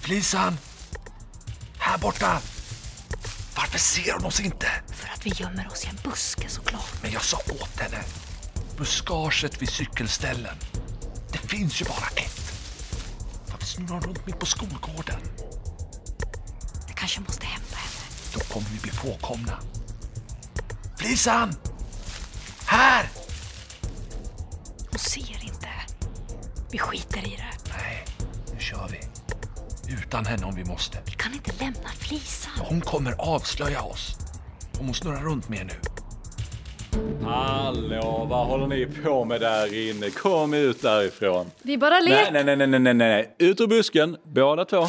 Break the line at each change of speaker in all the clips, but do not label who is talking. Flisan! Här borta! Varför ser hon oss inte?
För att vi gömmer oss i en buske såklart.
Men jag sa åt henne. Buskaget vid cykelställen. Det finns ju bara ett. Varför snurrar hon runt mitt på skolgården?
Jag kanske måste hämta henne.
Då kommer vi bli påkomna. Flisan! Här!
Hon ser inte. Vi skiter i det.
Nej, nu kör vi. Utan henne om vi måste.
Vi kan inte lämna Flisan.
Hon kommer avslöja oss. Om hon snurrar runt mer nu.
Hallå, vad håller ni på med där inne? Kom ut därifrån.
Vi bara
Nej,
ler.
nej, nej, nej, nej, nej, nej. Ut ur busken, båda två.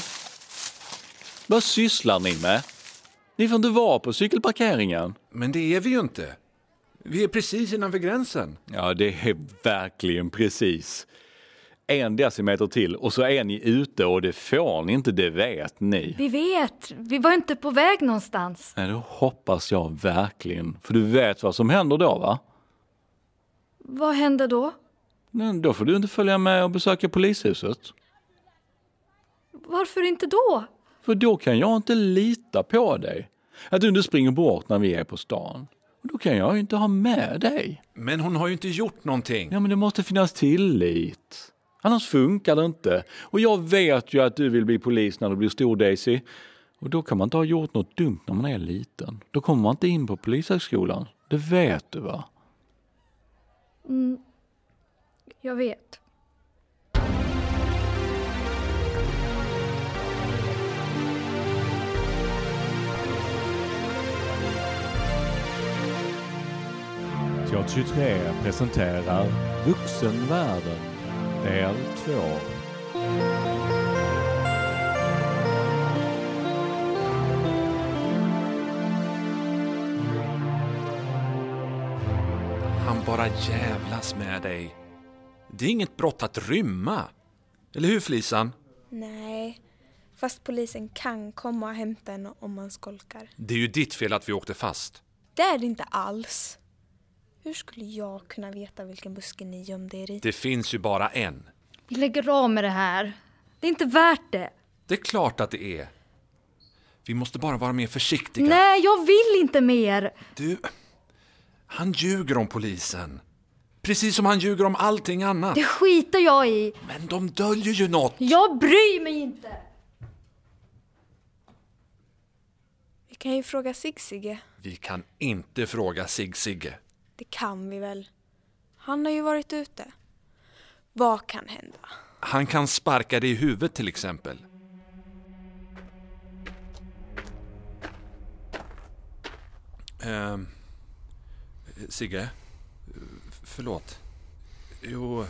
Vad sysslar ni med? Ni får inte vara på cykelparkeringen.
Men det är vi ju inte. Vi är precis innanför gränsen.
Ja, det är verkligen precis. En decimeter till och så är ni ute och det får ni inte, det vet ni.
Vi vet, vi var inte på väg någonstans.
Nej, det hoppas jag verkligen. För du vet vad som händer då, va?
Vad hände då?
Nej, då får du inte följa med och besöka polishuset.
Varför inte då?
För då kan jag inte lita på dig. Att du inte springer bort när vi är på stan. Och då kan jag ju inte ha med dig.
Men hon har ju inte gjort någonting.
Ja, men det måste finnas tillit. Annars funkar det inte. Och jag vet ju att du vill bli polis när du blir stor, Daisy. Och då kan man inte ha gjort något dumt när man är liten. Då kommer man inte in på polishögskolan. Det vet du, va?
Jag vet.
Teater 23 presenterar Vuxenvärlden del 2.
Han bara jävlas med dig. Det är inget brott att rymma. Eller hur Flisan?
Nej, fast polisen kan komma och hämta en om man skolkar.
Det är ju ditt fel att vi åkte fast.
Det är det inte alls. Hur skulle jag kunna veta vilken buske ni gömde er i?
Det finns ju bara en.
Vi lägger av med det här. Det är inte värt det.
Det är klart att det är. Vi måste bara vara mer försiktiga.
Nej, jag vill inte mer.
Du, han ljuger om polisen. Precis som han ljuger om allting annat.
Det skiter jag i.
Men de döljer ju något.
Jag bryr mig inte.
Vi kan ju fråga Sigge.
Vi kan inte fråga Sig-Sigge.
Det kan vi väl? Han har ju varit ute. Vad kan hända?
Han kan sparka dig i huvudet till exempel. Ehm, Sigge? Eh, f- Förlåt. Jo...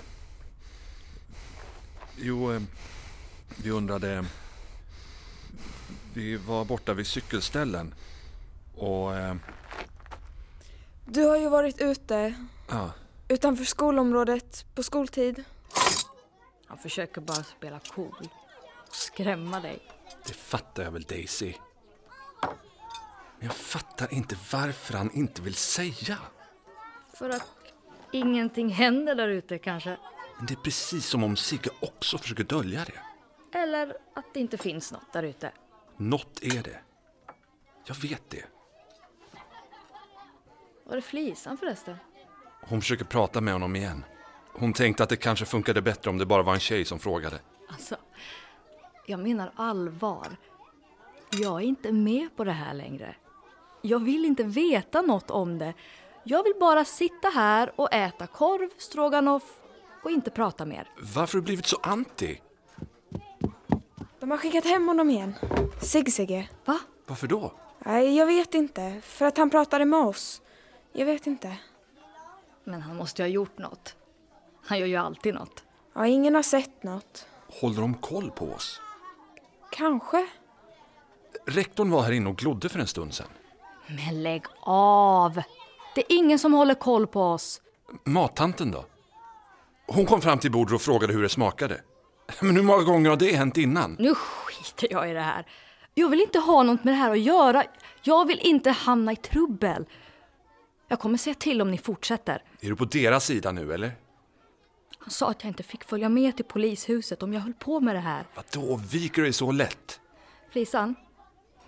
Jo, eh, vi undrade... eh, Vi var borta vid cykelställen och... eh,
Du har ju varit ute,
Ja,
utanför skolområdet, på skoltid.
Han försöker bara spela cool. Och skrämma dig.
det fattar jag väl Daisy. Men jag fattar inte varför han inte vill säga.
För att ingenting händer där ute kanske.
Men det är precis som om Sigge också försöker dölja det.
Eller att det inte finns något där ute.
Något är det. Jag vet det.
Var det Flisan förresten?
Hon försöker prata med honom igen. Hon tänkte att det kanske funkade bättre om det bara var en tjej som frågade.
Alltså, jag menar allvar. Jag är inte med på det här längre. Jag vill inte veta något om det. Jag vill bara sitta här och äta korv, stroganoff och inte prata mer.
Varför har du blivit så anti?
De har skickat hem honom igen. Sigge.
Va?
Varför då?
Nej, jag vet inte. För att han pratade med oss. Jag vet inte.
Men han måste ju ha gjort något. Han gör ju alltid något.
Ja, ingen har sett något.
Håller de koll på oss?
Kanske.
Rektorn var här inne och glodde för en stund sedan.
Men lägg av! Det är ingen som håller koll på oss.
Mattanten då? Hon kom fram till bordet och frågade hur det smakade. Men hur många gånger har det hänt innan?
Nu skiter jag i det här. Jag vill inte ha något med det här att göra. Jag vill inte hamna i trubbel. Jag kommer säga till om ni fortsätter.
Är du på deras sida nu eller?
Han sa att jag inte fick följa med till polishuset om jag höll på med det här.
Vadå, viker du dig så lätt?
Frisan,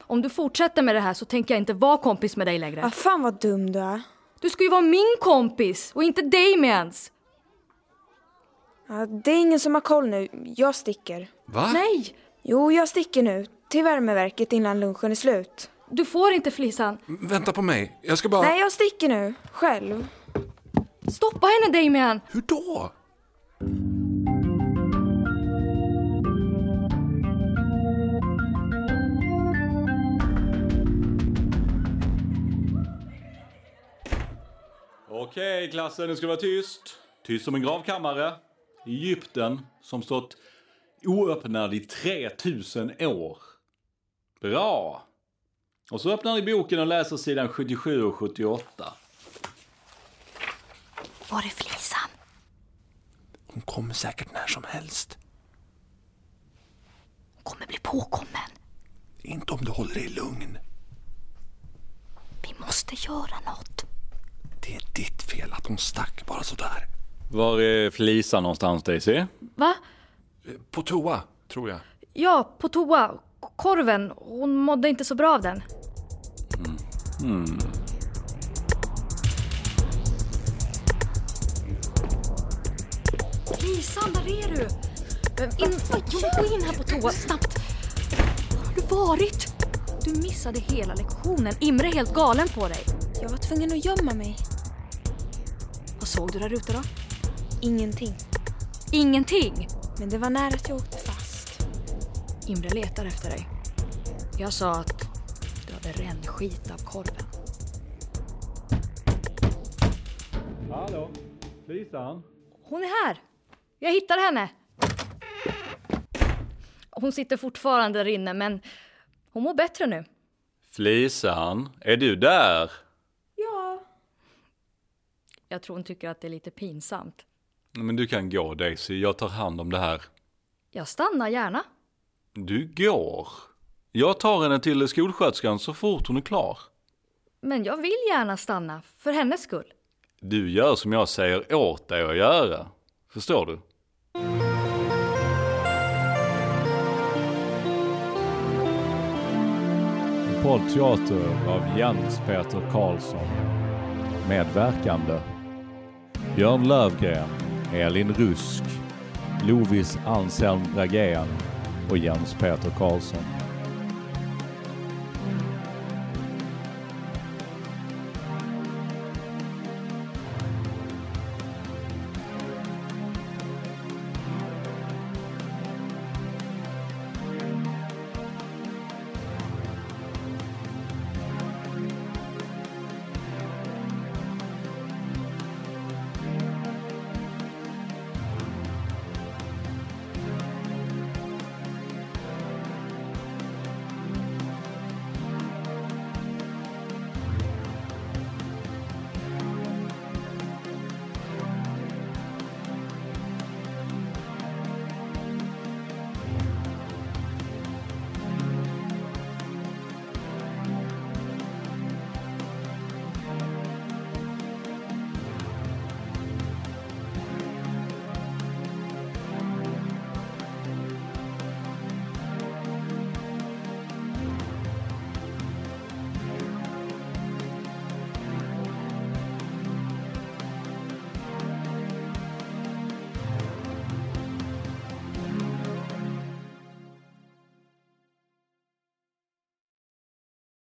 om du fortsätter med det här så tänker jag inte vara kompis med dig längre.
Ja, fan vad dum du är.
Du ska ju vara min kompis och inte Damiens!
Ja, det är ingen som har koll nu. Jag sticker.
Va?
Nej!
Jo, jag sticker nu. Till värmeverket innan lunchen är slut.
Du får inte Flisan!
M- Vänta på mig. Jag ska bara...
Nej, jag sticker nu. Själv.
Stoppa henne Damien!
Hur då?
Okej klassen, nu ska det vara tyst. Tyst som en gravkammare. Egypten som stått oöppnad i 3000 år. Bra! Och så öppnar ni boken och läser sidan 77 och 78.
Var är Flisan?
Hon kommer säkert när som helst.
Hon kommer bli påkommen.
Inte om du håller dig lugn.
Vi måste göra något.
Det är ditt fel att hon stack bara sådär.
Var är Flisa någonstans Daisy?
Va?
På toa, tror jag.
Ja, på toa. K- Korven. Hon mådde inte så bra av den. Mm. Lisan, var är du? In, gå in här på toa, snabbt. Var har du varit? Du missade hela lektionen. Imre är helt galen på dig.
Jag var tvungen att gömma mig.
Vad såg du där ute då?
Ingenting.
Ingenting.
Men det var nära att jag åkte fast.
Imre letar efter dig. Jag sa att du hade rännskit av korven.
Hallå? Flisan?
Hon är här! Jag hittar henne! Hon sitter fortfarande där inne, men hon mår bättre nu.
Flisan, är du där?
Ja.
Jag tror hon tycker att det är lite pinsamt.
Men du kan gå Daisy, jag tar hand om det här.
Jag stannar gärna.
Du går. Jag tar henne till skolsköterskan så fort hon är klar.
Men jag vill gärna stanna, för hennes skull.
Du gör som jag säger åt dig att göra. Förstår du?
En poddteater av Jens Peter Karlsson. Medverkande Björn Lövgren, Elin Rusk, Lovis Anselm Bragén och Jens Peter Karlsson.